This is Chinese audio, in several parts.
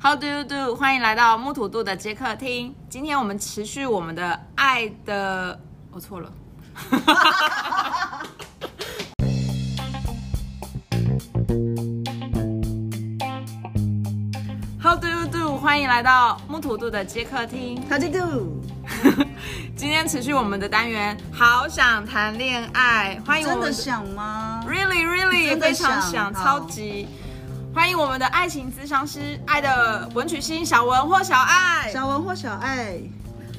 How do you do？欢迎来到木土度的接客厅。今天我们持续我们的爱的，我、错了。How do you do？欢迎来到木土度的接客厅。 How do you do？今天持续我们的单元，好想谈恋爱。欢哎迎我真们的想吗？ Really, really，真的非常想想，好超级欢迎我们的爱情咨商师爱的文曲星小文或小爱。小文或小爱，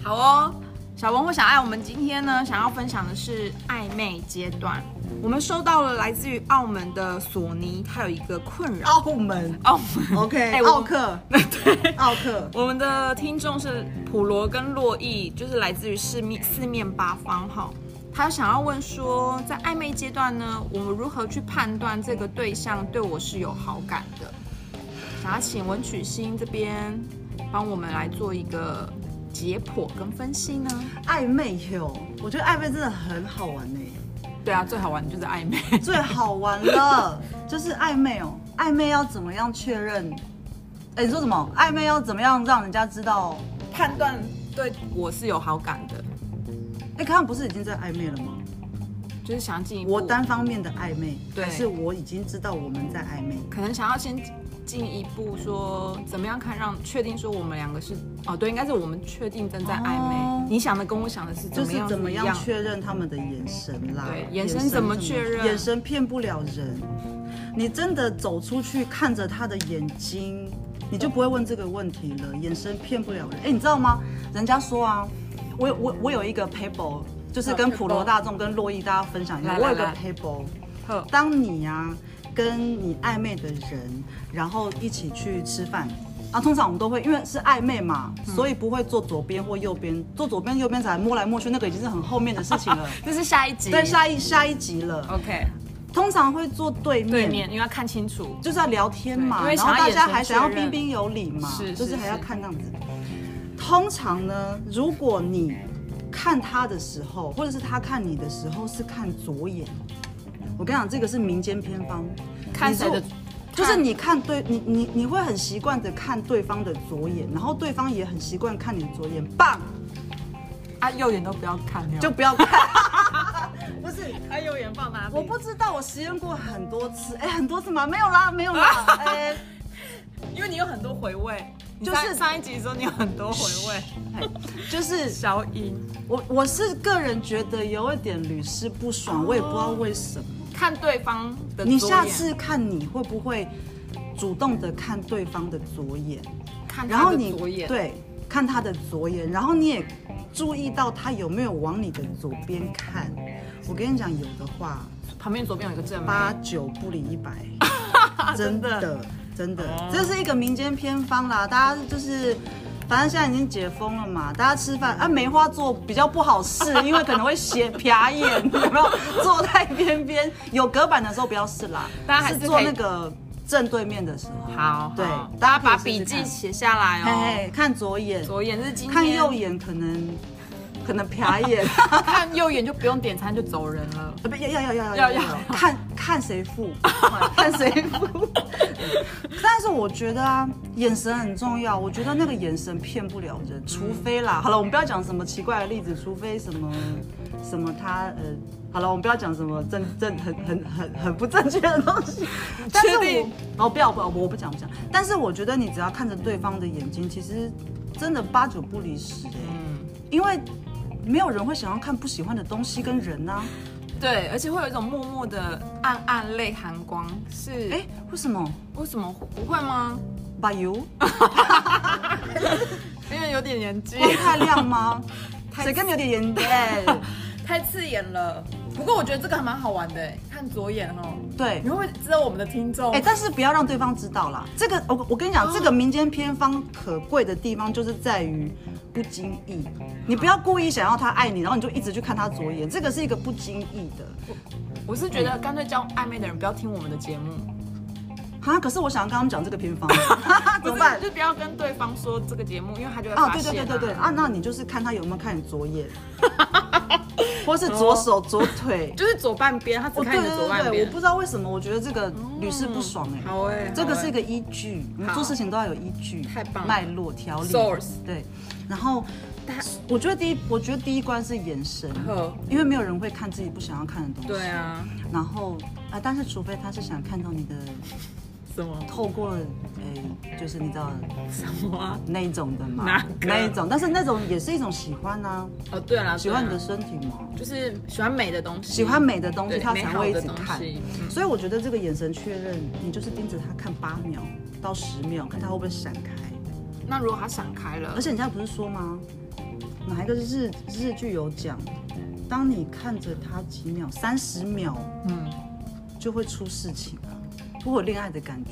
好哦，小文或小爱，我们今天呢想要分享的是暧昧阶段。我们收到了来自于澳门的索尼，他有一个困扰。澳门澳门哦，OK，哎我奥克， 对，奥克，我们的听众是普罗跟洛伊，就是来自于四面四面八方哈。他想要问说，在暧昧阶段呢，我们如何去判断这个对象对我是有好感的？想要请文曲星这边帮我们来做一个解剖跟分析呢？暧昧哟，我觉得暧昧真的很好玩呢、对啊，最好玩的就是暧昧。最好玩 了，就是暧昧哦，暧昧要怎么样确认？哎、你说什么？暧昧要怎么样让人家知道？判断对我是有好感的，哎、刚刚不是已经在暧昧了吗？就是想进一步。我单方面的暧昧，对还是我已经知道我们在暧昧？可能想要先进一步说，怎么样看让确定说我们两个是哦，对，应该是我们确定正在暧昧。哦你想的跟我想的是怎就么是样怎么一样样？确认他们的眼神啦？对眼神怎么确认眼神骗不了人。你真的走出去看着他的眼睛，你就不会问这个问题了。眼神骗不了人。哎，你知道吗？人家说啊，我有我我有一个 paper，就是跟普罗大众跟洛伊大家分享一下，哦来我来有个来 paper。呵当你啊跟你暧昧的人，然后一起去吃饭啊，通常我们都会因为是暧昧嘛，嗯所以不会坐左边或右边，坐左边右边才摸来摸去，那个已经是很后面的事情 了。这是下一集。对，下一下一集了， OK，通常会坐对面。哦对面因为要看清楚。就是要聊天嘛，对因为然想要后大眼神家还想要确认彬彬有礼嘛，是就是是还要是看这样子。通常呢，如果你看他的时候，或者是他看你的时候，是看左眼。我跟你讲，这个是民间偏方，看谁的你就就是你看对你你你会很习惯的看对方的左眼，然后对方也很习惯看你的左眼，棒嗯啊，右眼都不要看，就不要看。 不是，啊他右眼放哪里？我不，知道，我实验过很多次，哎、很多次吗？没有啦，没有 啦，哎、因为你有很多回味，就就是是上一集说你有很多回味。就是小影我我是个人觉得有一点屡试不爽，我也不知道为什么。看对方的左眼，哦你下次看你会不会主动的看对方的左眼，看然他后的你左眼，对看他的左眼，然后你也注意到他有没有往你的左边看。我跟你讲，有的话旁边左边有一个正妹，八九不离一百，真 真的真的哦，这是一个民间偏方啦，大家就是。反正现在已经解封了嘛，大家吃饭啊，梅花座比较不 好试，因为可能会斜撇眼，有没有？坐太边边，有隔板的时候不要试啦，大家还是是可以坐那个正对面的时候，好，对好大家大家把可以笔试试记看写下来嘿哦。嘿，看左眼，左眼是今天，看右，眼可能可能撇眼，看右眼就不用点餐就走人了。呃不要要要要要要要要看看谁 付，看谁付。但是我觉得啊，眼神很重要。我觉得那个眼神骗不了人，嗯除非啦。好了，我们不要讲什么奇怪的例子，除非什么什么他呃，好了，我们不要讲什么正正很很很很不正确的东西。但是确定我哦，不要不要，我我不讲不讲。但是我觉得你只要看着对方的眼睛，其实真的八九不离十哎、嗯，因为没有人会想要看不喜欢的东西跟人啊呐、对，而且会有一种默默的暗暗泪寒光，是哎、为什么？为什么不会吗？把油因为有点年纪，光 太亮吗？谁跟你有点 眼哎、太刺眼了。不过我觉得这个还蛮好玩的欸，看左眼哦，对你，会不会知道我们的听众？哎、但是不要让对方知道啦。这个我我跟你哦讲，这个民间偏方可贵的地方就是在于不经意，你不要故意想要他爱你，然后你就一直去看他左眼，这个是一个不经意的。哦我是觉得干脆交暧昧的人不要听我们的节目，哈，可是我想要跟他们讲这个 偏方， 不怎是么办？就不要跟对方说这个节目，因为他就会啊，发对现、 对对对对，啊，那你就是看他有没有看你左眼，或是左手、左腿。哦 就是左半边，他只哦，看对你的左对半对，我边哦不。知道为什么，我觉得这个屡试不爽哎、好哎，这个好是哎一个依据，我们好做事情都要有依据，太棒了脉络条理 Source 对，然后大家我觉得第一，我觉得第一关是眼神，呵，因为没有人会看自己不想要看的东西。对。啊，然后啊、但是除非他是想看到你的什么 透过，呃，就是你知道什么啊？那一种的嘛，哪个那一种，但是那种也是一种喜欢啊，哦，对啦，喜欢你对的啦，身体嘛，就是喜欢美的东西，喜欢美的东西，对他美才好会一的直东看。西嗯所以我觉得这个眼神确认，你就是盯着他看八秒到十秒，看他会不会闪开。那如果他闪开了而，且人家不是说吗？哪一个日日剧有讲，当你看着他几秒，三十秒嗯，就会出事情啊，会有恋爱的感觉。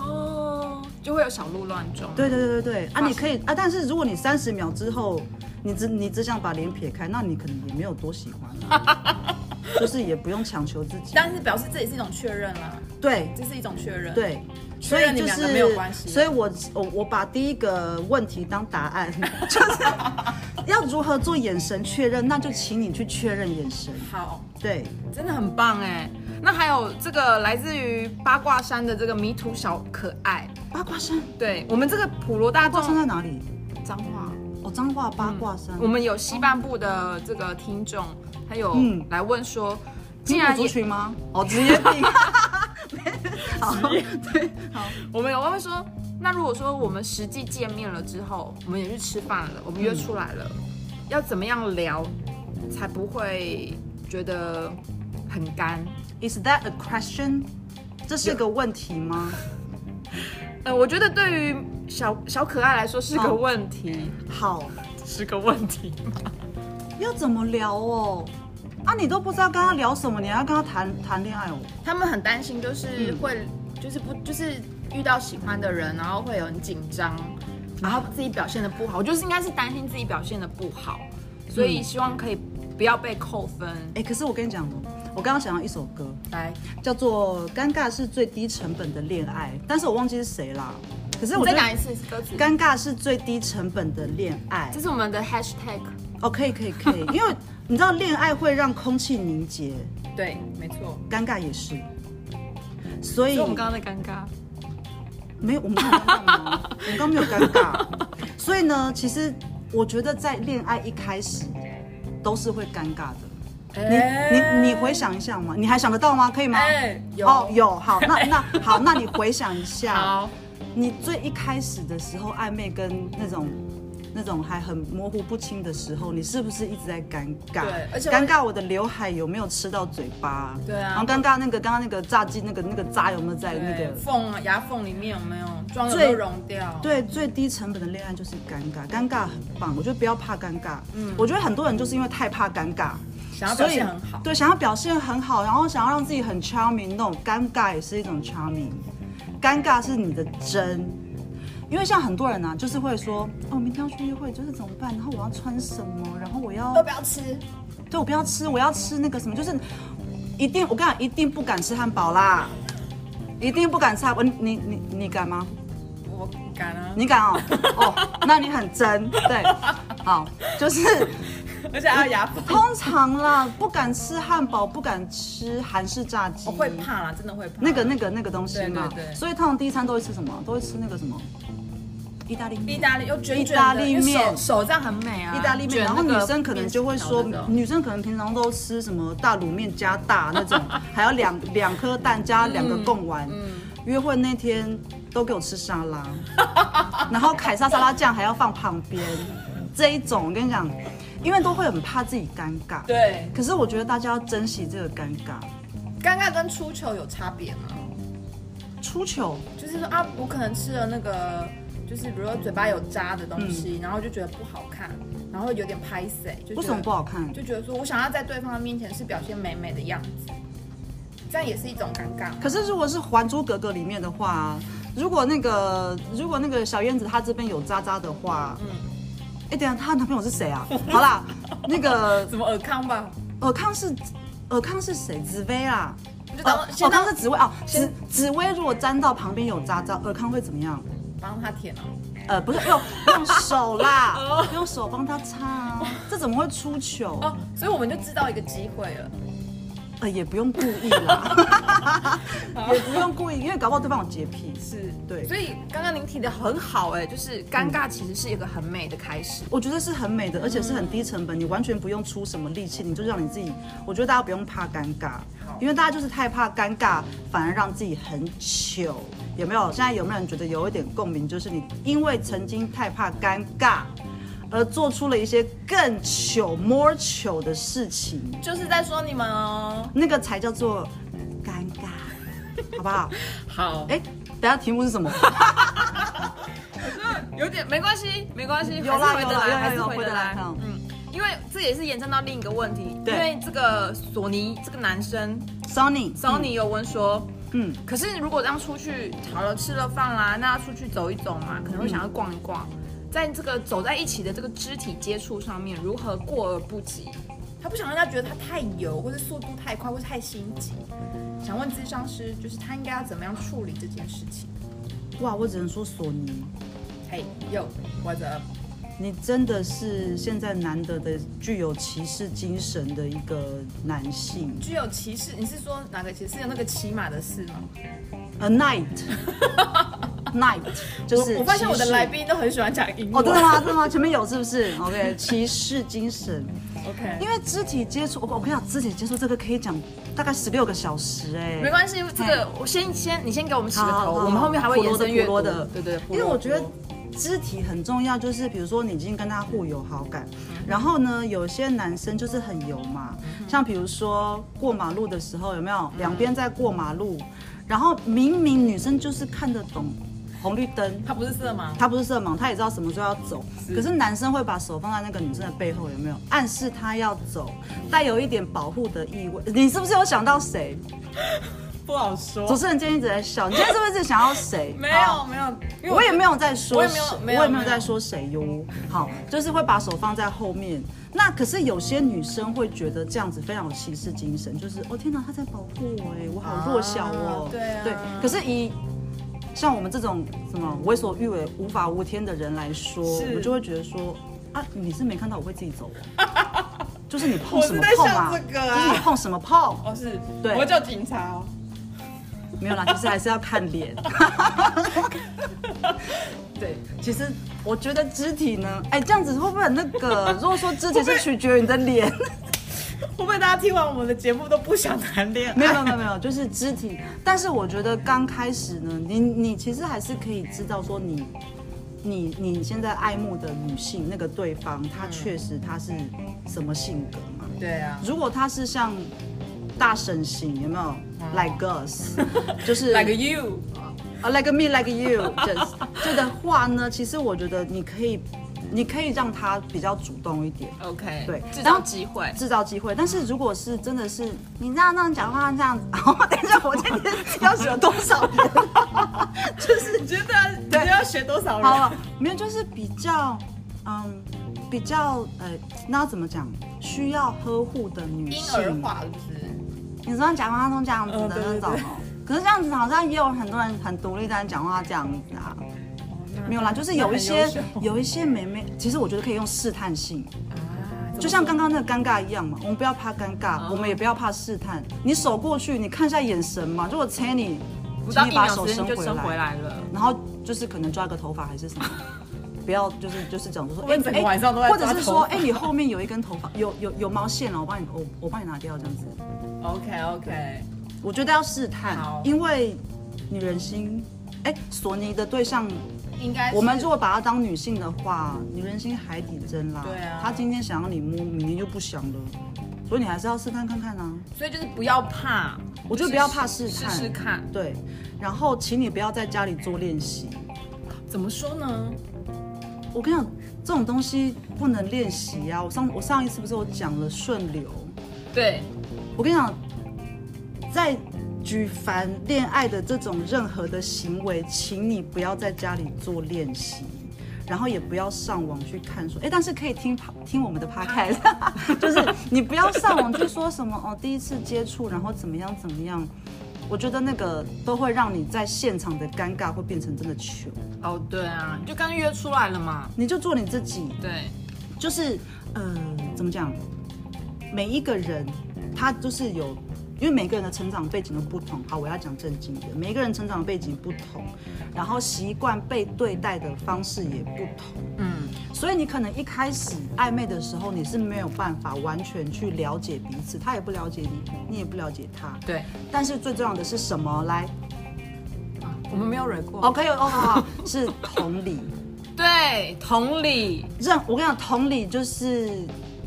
哦，就会有小鹿乱撞。对对对对对啊！你可以啊，但是如果你三十秒之后，你只你只想把脸撇开，那你可能也没有多喜欢、啊， 就是也不用强求自己。但是表示这也是一种确认啦，对这是一种确认。，对，确所认你以就们两是个没有关系所以我我我把第一个问题当答案， 就是要如何做眼神确认，那就请你去确认眼神。好，对，真的很棒哎。那还有这个来自于八卦山的这个迷途小可爱，八卦山，对我们这个普罗大八卦山众在哪里？嗯脏话。哦，彰化八卦山。我们有西半部的这个听众，他有嗯来问说，既平然埔族群吗？哦，职业病。 好，对，我们有问说，那如果说我们实际见面了之后，我们也去吃饭了，我们约出来了，要怎么样聊才不会觉得很干？ Is that a question？这是个问题吗？呃，我觉得对于小小可爱来说是个嗯问题，好，是个问题。要怎么聊哦？啊，你都不知道跟他聊什么，你还要跟他谈谈恋爱哦？他们很担心，就是嗯会，就是不，就是遇到喜欢的人，然后会有很紧张，然后自己表现的不好。我就是应该是担心自己表现的不好，所以希望可以不要被扣分。哎，可是我跟你讲哦，我刚刚想到一首歌，来，叫做《尴尬是最低成本的恋爱》，但是我忘记是谁啦。可是你我觉再得讲一次歌词。尴尬是最低成本的恋爱这。是我们的 hashtag。哦，可以可以可以，因为你知道恋爱会让空气凝结，对，没错。尴尬也是。所以所以我们刚刚在尴尬。没有，我们没有尴尬吗？我们刚没有尴尬。所以呢，其实我觉得在恋爱一开始都是会尴尬的。你你你回想一下嘛，你还想得到吗？可以吗？哎有哦有好，那那好，那你回想一下。 好，你最一开始的时候暧昧跟那种。那种还很模糊不清的时候，你是不是一直在尴尬？对而且我尴尬我的刘海有没有吃到嘴巴？对啊然后尴尬那个刚刚那个炸鸡那个那个渣有没有在那对个？缝啊牙缝里面有没有妆有最没有融掉？，对，最低成本的恋爱就是尴尬，尴尬很棒，我觉得不要怕尴尬。嗯，我觉得很多人就是因为太怕尴尬，想要所表以现很好。对，想要表现很好，然后想要让自己很 charming，那种尴尬也是一种 charming。尴尬是你的真，因为像很多人呢、啊，就是会说，哦，明天要去约会，就是怎么办？然后我要穿什么？然后我要 都不要吃，对我不要吃，我要吃那个什么，就是一定我跟你讲，一定不敢吃汉堡啦，一定不敢吃汉堡。你你你你敢吗？我不敢啊。你敢哦？哦，那你很真，对，好，就是。而且还有牙缝，通常啦，不敢吃汉堡，不敢吃韩式炸鸡，我会怕啦，真的会怕。那个那个那个东西嘛。对对对所以通常第一餐都会吃什么？都会吃那个什么？意大利面。意大利又卷卷的意大利面因为手手这样很美啊。意大利面，卷然那后个女生可能就会说嗯面条，的女生可能平常都吃什么大卤面加大那 种，还有两两颗蛋加两个贡丸。嗯约会那天都给我吃沙拉，然后凯撒沙拉酱还要放旁边，这一种我跟你讲，因为都会很怕自己尴尬。对，可是我觉得大家要珍惜这个尴尬。尴尬跟出糗有差别吗？出糗，就是说啊，我可能吃了那个，就是比如说嘴巴有渣的东西，然后就觉得不好看，然后有点拍谁，就觉得嗯为什么不好看？就觉得说我想要在对方的面前是表现美美的样子，这样也是一种尴尬。可是如果是《还珠格格》里面的话，如果那个如果那个小燕子她这边有渣渣的话，嗯，哎、等一下她男朋友是 谁啊？好啦，那个什么尔康吧，尔康是尔康是谁？紫薇啦。就呃当尔先康当是紫薇哦，紫先紫薇如果沾到旁边有渣渣，尔康会怎么样？帮他舔啊？呃，不是用用 手啦，用手帮他擦啊，这怎么会出糗？哦，所以我们就知道一个机会了。呃，也不用故意啦，也不用故意，因为搞不好对方有洁癖。是对所以刚刚您提的很好哎、就是尴尬其实是一个很美的开始。我觉得是很美的，而且是很低成本，你完全不用出什么力气，你就让你自己。我觉得大家不用怕尴尬好，因为大家就是太怕尴尬，反而让自己很糗。有没有？现在有没有人觉得有一点共鸣？就是你因为曾经太怕尴尬，而做出了一些更糗、more 糗的事情，就是在说你们哦。那个才叫做尴尬，好不好？好，哎，等一下题目是什么？有点没关系，没关系，有还啦是回得有啦来，有啦还是有回得来回得来嗯。嗯，因为这也是延伸到另一个问题，因对为这个索尼这个男生 Sony， Sony 有问说，嗯，可是如果这样出去好了吃了饭啦，那出去走一走嘛，可能会想要逛一逛，在这个走在一起的这个肢体接触上面，如何过而不及？他不想让人家觉得他太油，或者速度太快，或者太心急。想问咨商师，就是他应该要怎么样处理这件事情？哇，我只能说索尼，嘿，又或者你真的是现在难得的具有骑士精神的一个男性具有骑士，你是说哪个骑士？有那个骑马的士吗？ ，a knight，knight 呃就是我我发现我的骑士来。宾都很喜欢讲英文。哦，真的吗？真的吗？前面有是不是？OK，骑士精神， ？OK，因为肢体接触，我我跟你讲，肢体接触这个可以讲大概十六个小时哎、没关系，这个我先先你先给我们起个好头，好好我们后面还会普延罗的伸越普多罗的对对，因为我觉得肢体很重要，就是比如说你已经跟他互有好感，嗯然后呢，有些男生就是很油嘛，像比如说过马路的时候，有没嗯有两边在过马路，然后明明女生就是看得懂红绿灯。他不是色盲，他不是色盲，他也知道什么时候要走。可是男生会把手放在那个女生的背后，有没有暗示他要走，嗯带有一点保护的意味？你是不是有想到谁？不好说主。持人今天一直在笑，你今天是不是在想到谁？哦没好有没有，因为我也没有在说我也谁，没有没有我也没没有有在说谁哟。好，就是会把手放在后面。那可是有些女生会觉得这样子非常有骑士精神，就是哦天哪，他在保护我哎，我好弱小哦啊。对啊对，可是以像我们这种什么为所欲为、无法无天的人来说，是我就会觉得说啊，你是没看到我会自己走哦。 就是你碰我什是么在碰想啊？这个啊就是你碰什么碰？哦是，对我叫警察哦。没有啦，其实还是要看脸。对，其实我觉得肢体呢，哎，这样子会不会很那个？如 果说肢体是取决于你的脸，会 不会大家听完我们的节目都不想谈恋没有没有没有没有，就是肢体。但是我觉得刚开始呢，你你其实还是可以知道说你。你你现在爱慕的女性，那个对方，她确实她是什么性格嘛？对啊，如果她是像大神型，有没有？Like us，就是嗯 like you，啊，like me, like you，就是这的话呢，其实我觉得你可以，你可以让他比较主动一点， OK，对制然造后机会。制造机会。但是如果是真的是你这样那样讲话这样子，等一下我今天要惹多少人？ 就是你觉得你觉得要学多少好？了，没有，就是比较，嗯，比较呃，那要怎么讲？需要呵护的女婴性，儿化是不是？你说讲话都这样子的嗯对那种对对哦。可是这样子好像也有很多人很独立，但讲话这样子啊。哦没有啦，就是有一些 有一些妹妹，其实我觉得可以用试探性，啊就像刚刚那个尴尬一样嘛，我们不要怕尴尬，我们也不要怕试探。你手过去，你看一下眼神嘛，如果猜你，不请到你一把秒手时间就回收回来，来了。然后就是可能抓个头发还是什么。 不要，就是就是讲说，哎会不会整个晚上都在或抓头发者是说，哎、你后面有一根头发，有有有毛线了，哦我帮你，我我帮你拿掉这样子。 OK OK，我觉得要试探好，因为女人心，哎、索尼的对象应该是我们如果把她当女性的话，女人心海底针啦。对啊她今天想要你摸，明天就不想了，所以你还是要试探看看啊。所以就是不要怕，我觉得不要怕试试探试看。对，然后请你不要在家里做练习。怎么说呢？我跟你讲，这种东西不能练习啊。我上我上一次不是我讲了顺流，对，我跟你讲，在举凡恋爱的这种任何的行为，请你不要在家里做练习，然后也不要上网去看说，哎，但是可以听 pa- 听我们的 podcast，就是你不要上网去说什么哦，第一次接触，然后怎么样怎么样。我觉得那个都会让你在现场的尴尬会变成真的糗。哦，对啊，你就刚约出来了嘛。你就做你自己，对，就是呃，怎么讲？每一个人他就是有，因为每个人的成长背景都不同。好，我要讲正经的，每一个人成长背景不同，然后习惯被对待的方式也不同。嗯，所以你可能一开始暧昧的时候，你是没有办法完全去了解彼此，他也不了解你，你也不了解他。对，但是最重要的是什么？来啊我们没有蕊过。 ，OK，哦，好好，是同理。对，同理，任我跟你讲，同理就是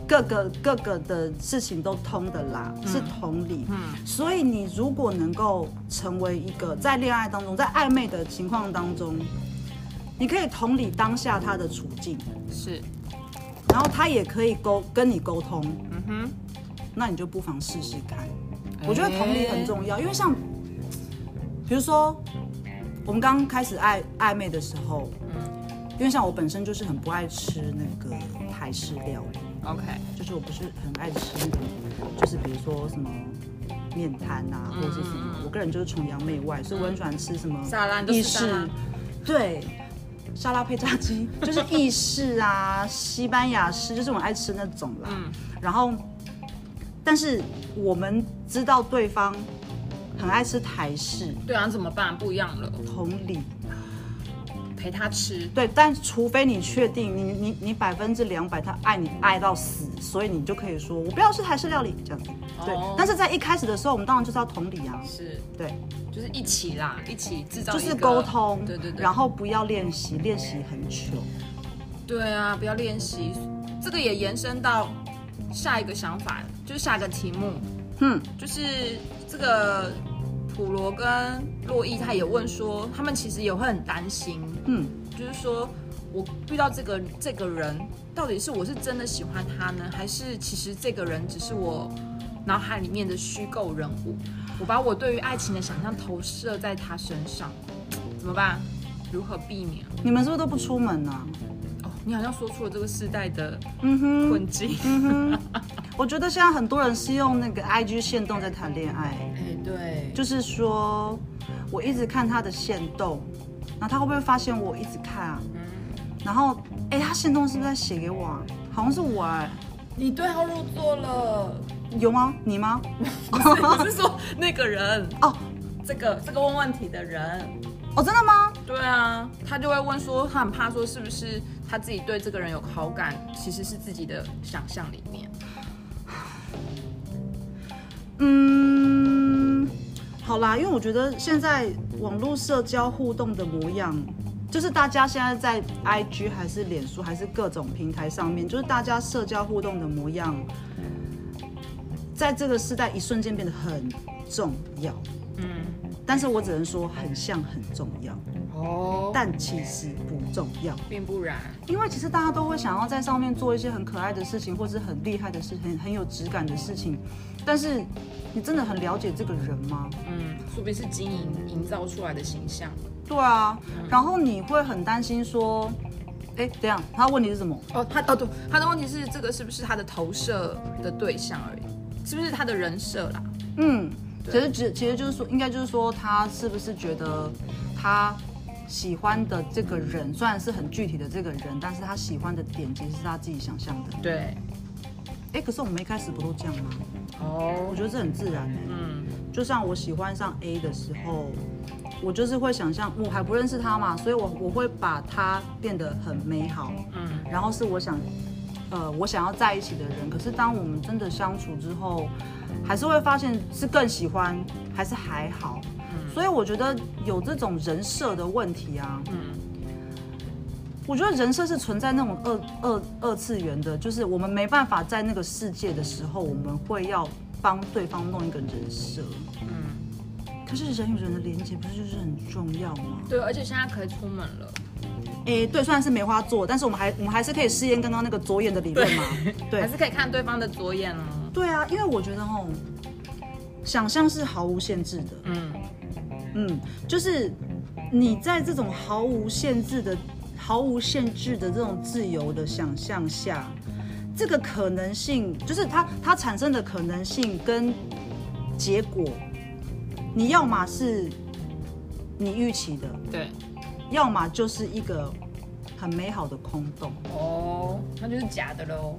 各个各个的事情都通的啦，是同理。嗯所以你如果能够成为一个在恋爱当中，在暧昧的情况当中，你可以同理当下他的处境，是，然后他也可以沟跟你沟通，嗯哼，那你就不妨试试看。哎我觉得同理很重要，因为像比如说我们刚开始暧暧昧的时候，嗯因为像我本身就是很不爱吃那个台式料理。 ，OK，就是我不是很爱吃那种，就是比如说什么面摊啊，或者是什嗯么，我个人就是崇洋媚外，所以我很喜欢吃什么沙拉你都吃意沙拉式，对，沙拉配炸鸡，就是意式啊、 西班牙式，就是我很爱吃那种啦。嗯然后，但是我们知道对方很爱吃台式，对啊，怎么办？不一样了，同理，陪他吃。对，但除非你确定你你你百分之两百他爱你爱到死，所以你就可以说我不要吃台式料理这样子。对，哦但是在一开始的时候，我们当然就是要同理啊，是，对，就是一起啦，一起制造就一是个沟通，对对对，然后不要练习，练习很久。对啊，不要练习，这个也延伸到下一个想法，就是下一个题目，嗯，就是这个普罗跟洛伊他也问说，他们其实也会很担心，嗯，就是说我遇到这个这个人，到底是我是真的喜欢他呢，还是其实这个人只是我脑海里面的虚构人物，我把我对于爱情的想象投射在他身上，怎么办？如何避免？你们是不是都不出门啊？哦，你好像说出了这个世代的嗯哼，困境。嗯哼，我觉得现在很多人是用那个 IG 线动在谈恋爱，哎、对，就是说我一直看他的线动，然后他会不会发现我一直看啊？然后，哎，他线动是不是在写给我啊？好像是我哎、你对号入座 了。有吗？你吗？我是说那个人，哦这个这个问问题的人。哦，真的吗？对啊，他就会问说，他很怕说是不是他自己对这个人有好感，其实是自己的想象里面。嗯，好啦，因为我觉得现在网络社交互动的模样，就是大家现在在 IG 还是脸书还是各种平台上面，就是大家社交互动的模样，在这个时代一瞬间变得很重要。嗯，但是我只能说很像很重要，哦，但其实不重要。并不然。因为其实大家都会想要在上面做一些很可爱的事情，或是很厉害的事情，很有质感的事情。但是，你真的很了解这个人吗？嗯，说不定是经营营造出来的形象。对啊，然后你会很担心说，哎，怎样？他问题是什么？哦，他哦对，他的问题是这个是不是他的投射的对象而已，是不是他的人设啦？嗯，对其实只其实就是说，应该就是说，他是不是觉得他喜欢的这个人，虽然是很具体的这个人，但是他喜欢的点其实是他自己想象的。对，哎，可是我们一开始不都这样吗？哦我，觉得这很自然哎、嗯，就像我喜欢上 A 的时候，我就是会想象我还不认识他嘛，所以我我会把他变得很美好，嗯，然后是我想，呃，我想要在一起的人。可是当我们真的相处之后，还是会发现是更喜欢还是还好。所以我觉得有这种人设的问题啊，嗯我觉得人设是存在那种二二二次元的，就是我们没办法在那个世界的时候，我们会要帮对方弄一个人设。嗯，可是人与人的连接不是就是很重要吗？对，而且现在可以出门了。诶，对，虽然是梅花座，但是我们还我们还是可以试验刚刚那个左眼的理论嘛。还 对是可以看对方的左眼哦。对啊，因为我觉得吼，想象是毫无限制的。嗯，嗯，就是你在这种毫无限制的、毫无限制的这种自由的想象下，这个可能性，就是它它产生的可能性跟结果你要么是你预期的，对，要么就是一个很美好的空洞。哦，那就是假的喽。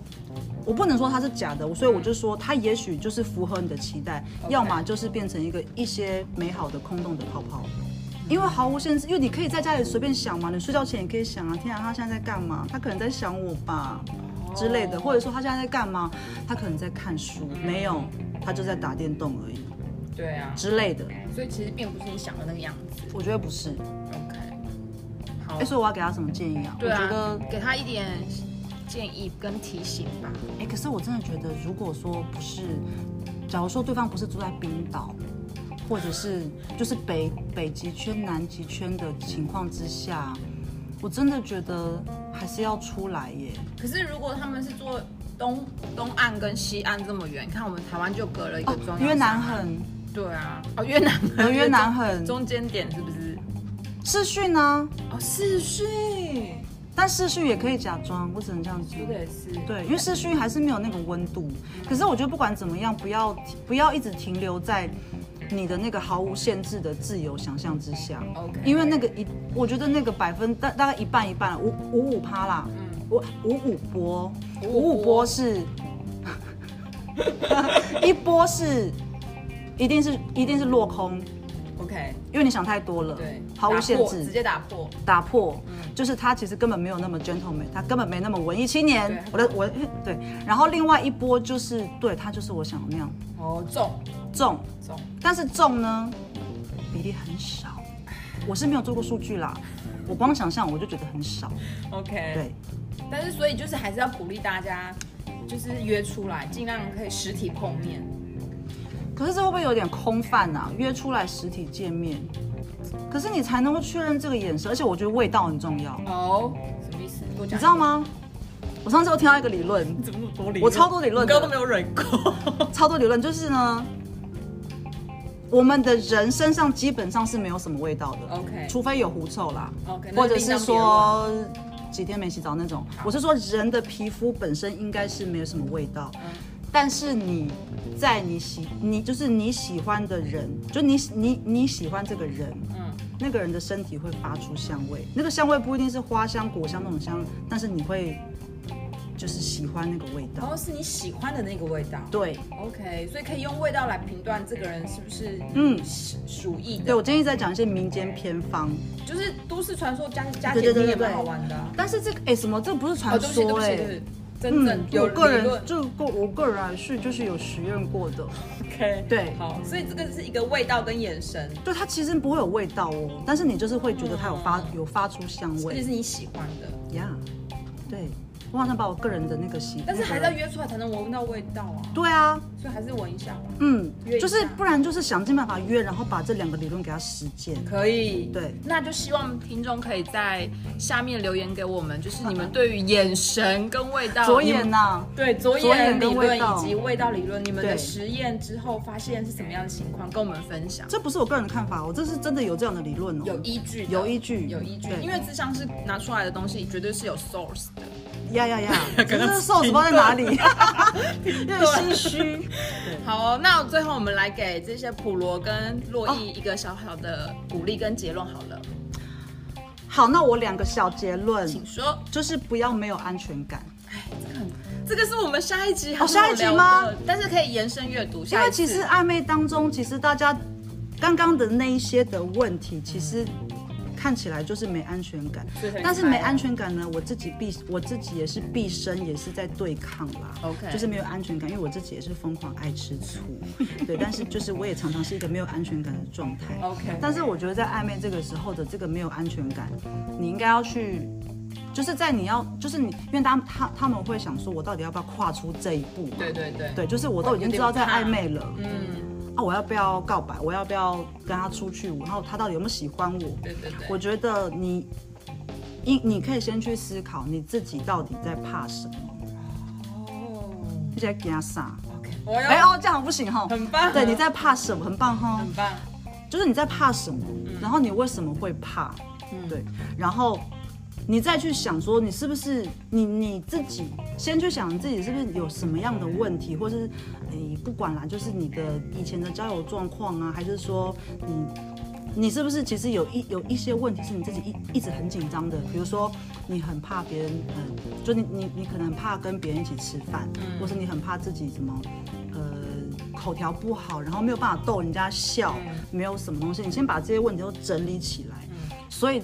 我不能说它是假的，所以我就说它也许就是符合你的期待， OK 要么就是变成一个一些美好的空洞的泡泡。因为毫无限制，因为你可以在家里随便想嘛，你睡觉前也可以想啊，天啊，他现在在干嘛？他可能在想我吧之类的，或者说他现在在干嘛？他可能在看书，没有，他就在打电动而已对啊，之类的。所以其实并不是你想的那个样子。我觉得不是， OK，好哎、，所以我要给他什么建议啊？对我觉啊得，，给他一点建议跟提醒吧。哎、可是我真的觉得，如果说不是，假如说对方不是住在冰岛，或者是就是北北极圈、南极圈的情况之下，我真的觉得还是要出来耶。可是如果他们是做东东岸跟西岸这么远，你看我们台湾就隔了一个中、哦越南， 很，对啊，哦越南很呃，越南很，中间点是不是？视讯呢，哦视讯，但视讯也可以假装，我只能这样子。说的也是，对，因为视讯还是没有那个温度。可是我觉得不管怎么样，不要不要一直停留在你的那个毫无限制的自由想象之下。 OK 因为那个一，我觉得那个百分大大概一半一半，五五五趴啦。嗯五五五波，五五波是， 一波是，一定是一定是落空， ，OK，因为你想太多了，对，毫无限打破制直，接嗯打破。打破，就是他其实根本没有那么 gentleman，他根本没那么文艺青年。我对的我对，然后另外一波就是对他就是我想的那样哦，重重，重，但是重呢比例很少，我是没有做过数据啦，我光想象我就觉得很少。 OK，对，但是所以就是还是要鼓励大家，就是约出来，尽量可以实体碰面。可是这会不会有点空泛啊？约出来实体见面，可是你才能够确认这个眼神，而且我觉得味道很重要，哦，什么意思？你嗯你知道？吗？我上次又听到一个理论，怎么那么多理我超多理论的歌都没有忍过。超多理论就是呢，我们的人身上基本上是没有什么味道 的 OK 除非有狐臭啦 OK，那或者另当是别说几天没洗澡那种。我是说人的皮肤本身应该是没有什么味道，嗯但是你在你喜你就是你喜欢的人，就你你你喜欢这个人，嗯那个人的身体会发出香味，那个香味不一定是花香、果香那种香，但是你会就是喜欢那个味然道，后是你喜欢的那个味道。对。 OK，所以可以用味道来评断这个人是不是嗯嗯属意对，的，我今天一直在讲一些民间偏方，就是都市传说加加对减对对听也对蛮对好玩的啊。但是这个哎、什么？这个不是哦，传对不起对说不哎、起，对不起真正有我个理论人就个我个人还是就是有实验过的， OK，对好，所以这个是一个味道跟眼神，对它其实不会有味道哦，但是你就是会觉得它有发、有发出香这就味是你喜欢的，呀。对，我好像把我个人的那个习，但是还是在要约出来才能闻到味道啊，对啊，所以还是闻一下吧。嗯约，一就是下不然就是想尽办法约，然后把这两个理论给它实践。可以，对，那就希望听众可以在下面留言给我们，就是你们对于眼神跟味道，左眼你们呐、对左左眼眼理跟论味以道及味道理论，你们的对实验之后发现是什么样的情况，跟我们分享。这不是我个人的看法哦，这是真的有这样的理论哦。有依据的，有依据有依据对，因为智商是拿出来的东西，绝对是有 source 的。呀呀呀， 可是瘦子不知道在哪里， 有点心虚。好、哦那最后我们来给这些普罗跟洛哦伊一个小小的鼓励跟结论好了，好，那我两个小结论，请说。就是不要没有安全感，这个很这个是我们下一集还哦下一集吗没有聊的？但是可以延伸阅读，因下为一次其实暧昧当中，其实大家刚刚的那一些的问题，其实看起来就是没安全感所以很，但是没安全感呢，我自己毕我自己也是毕生也是在对抗啦。 OK 就是没有安全感，因为我自己也是疯狂爱吃醋，对，但是就是我也常常是一个没有安全感的状态。 OK，但是我觉得在暧昧这个时候的这个没有安全感，你应该要去，就是在你要，就是你，因为他他他们会想说，我到底要不要跨出这一步嘛？对对对，对，就是我都已经知道在暧昧了，嗯，啊，我要不要告白？我要不要跟他出去？然后他到底有没有喜欢我？对对对，我觉得你，你你可以先去思考你自己到底在怕什么，哦你在怕啥？ ，OK，我哎、要哦，这样不行哈，很棒对，你在怕什么？很棒哈，很棒，就是你在怕什么，然后你为什么会怕，对，然后你再去想说你是不是你你自己先去想你自己是不是有什么样的问题，或是诶、不管啦，就是你的以前的交友状况啊，还是说你你是不是其实有一有一些问题是你自己一一直很紧张的，比如说你很怕别人，嗯，就你你你可能很怕跟别人一起吃饭，或是你很怕自己什么，呃，口条不好，然后没有办法逗人家笑，没有什么东西，你先把这些问题都整理起来，所以。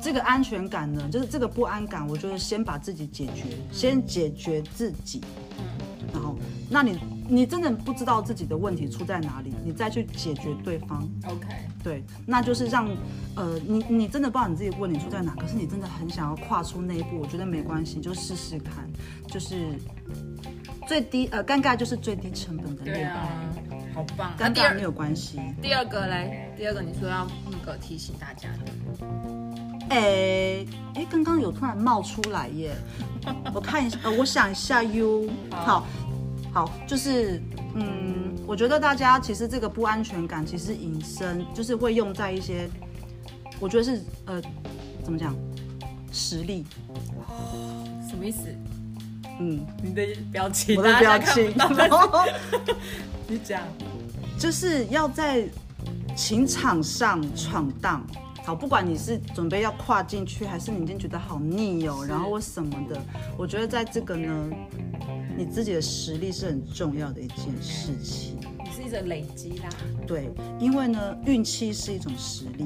这个安全感呢，就是这个不安感，我觉得先把自己解决，先解决自己，然后，那你你真的不知道自己的问题出在哪里，你再去解决对方， OK，对，那就是让，呃，你你真的不知道你自己问题出在哪，可是你真的很想要跨出那一步，我觉得没关系，就试试看，就是最低呃，尴尬就是最低成本的对恋啊爱，，好棒。那尴第尬二没有关系。第二个嘞，第二个你说要那个提醒大家的，哎哎，刚刚有突然冒出来 耶，我看一下，呃，我想一下哟，好，好，就是嗯，我觉得大家其实这个不安全感，其实引申就是会用在一些，我觉得是呃，怎么讲，实力，什么意思？嗯，你的表情，我的表大家看情不到，然 后 你讲。就是要在情场上闯荡。好，不管你是准备要跨进去，还是你已经觉得好腻哦，然后或什么的，我觉得在这个呢，你自己的实力是很重要的一件事情。你是一直累积啦，对，因为呢，运气是一种实力，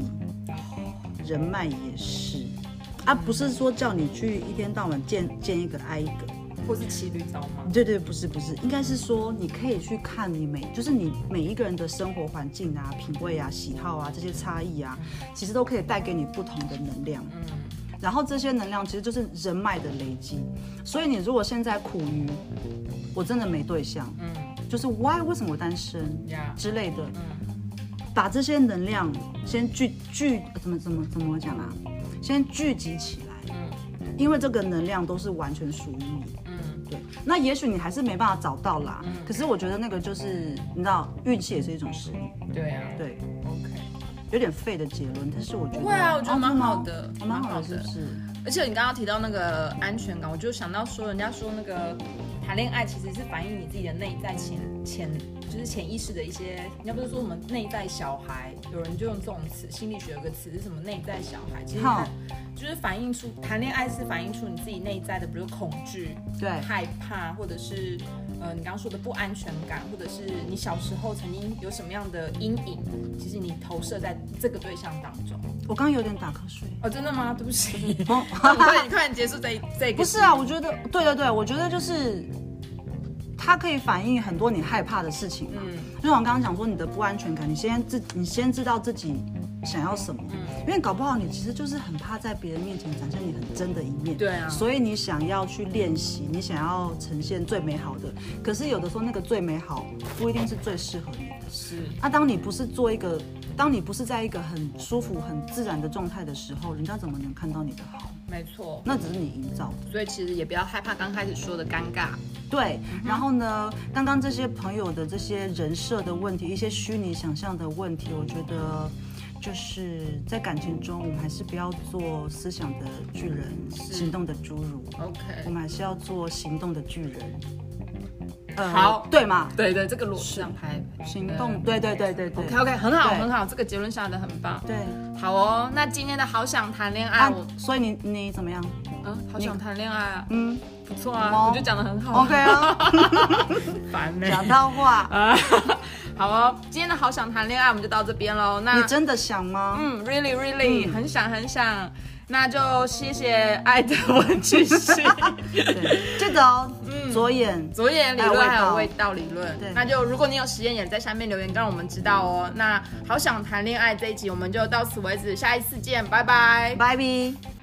人脉也是，啊，不是说叫你去一天到晚见见一个挨一个，或是骑驴找马。对对，不是不是，应该是说你可以去看你每，就是你每一个人的生活环境啊、品味啊、喜好啊这些差异啊，其实都可以带给你不同的能量。嗯，然后这些能量其实就是人脉的累积。所以你如果现在苦于我真的没对象，嗯就是 why 为什么我单身呀，之类的，嗯，把这些能量先聚聚怎么怎么怎么讲啊，先聚集起来，因为这个能量都是完全属于你。嗯对，那也许你还是没办法找到啦。可是我觉得那个就是，你知道，运气也是一种实力。对啊对， ，OK。有点废的结论，但是我觉得不会啊，我觉得哦蛮真吗好的，哦蛮好的，是不是？而且你刚刚提到那个安全感，我就想到说，人家说那个谈恋爱其实是反映你自己的内在潜潜，就是潜意识的一些，人家不是说什么内在小孩，有人就用这种词，心理学有个词是什么内在小孩，其实它好就是反映出谈恋爱是反映出你自己内在的，比如恐惧、对害怕，或者是呃你刚刚说的不安全感，或者是你小时候曾经有什么样的阴影，其实你投射在这个对象当中。我刚刚有点打瞌睡。哦，真的吗？对不 起。哦，那我快点，快点结束这一这一个。不是啊，我觉得，对对对，我觉得就是，它可以反映很多你害怕的事情嘛。嗯就像我刚刚讲说你的不安全感，你先自你先知道自己想要什么，嗯因为搞不好你其实就是很怕在别人面前展现你很真的一面，对啊所以你想要去练习，你想要呈现最美好的，可是有的时候那个最美好不一定是最适合你的。是，那、当你不是做一个，当你不是在一个很舒服、很自然的状态的时候，人家怎么能看到你的好？没错。那只是你营造的。所以其实也不要害怕刚开始说的尴尬。对，然后呢，刚刚这些朋友的这些人设的问题，一些虚拟想象的问题，我觉得就是在感情中，我们还是不要做思想的巨人，行动的侏儒，我 OK。们还是要做行动的巨人。呃好对嘛？对对，这个裸这样拍。行动，对对对对对 OK OK，很好对很好，这个结论下的很棒。对。好哦，那今天的好想谈恋爱，啊我，所以你你怎么样？嗯，好想谈恋爱啊，嗯不错啊，哦我就讲的很好啊。 ，OK 啊， 烦呢。 讲到话，啊，好哦，今天的好想谈恋爱我们就到这边喽。那你真的想吗？嗯，really really，、很想很想，那就谢谢爱的文具系。 对，记得哦，左眼嗯左眼理还有味论还有道味道理论，对那就如果你有实验，也在下面留言让我们知道哦。那好想谈恋爱这一集我们就到此为止，下一次见，拜拜。拜拜。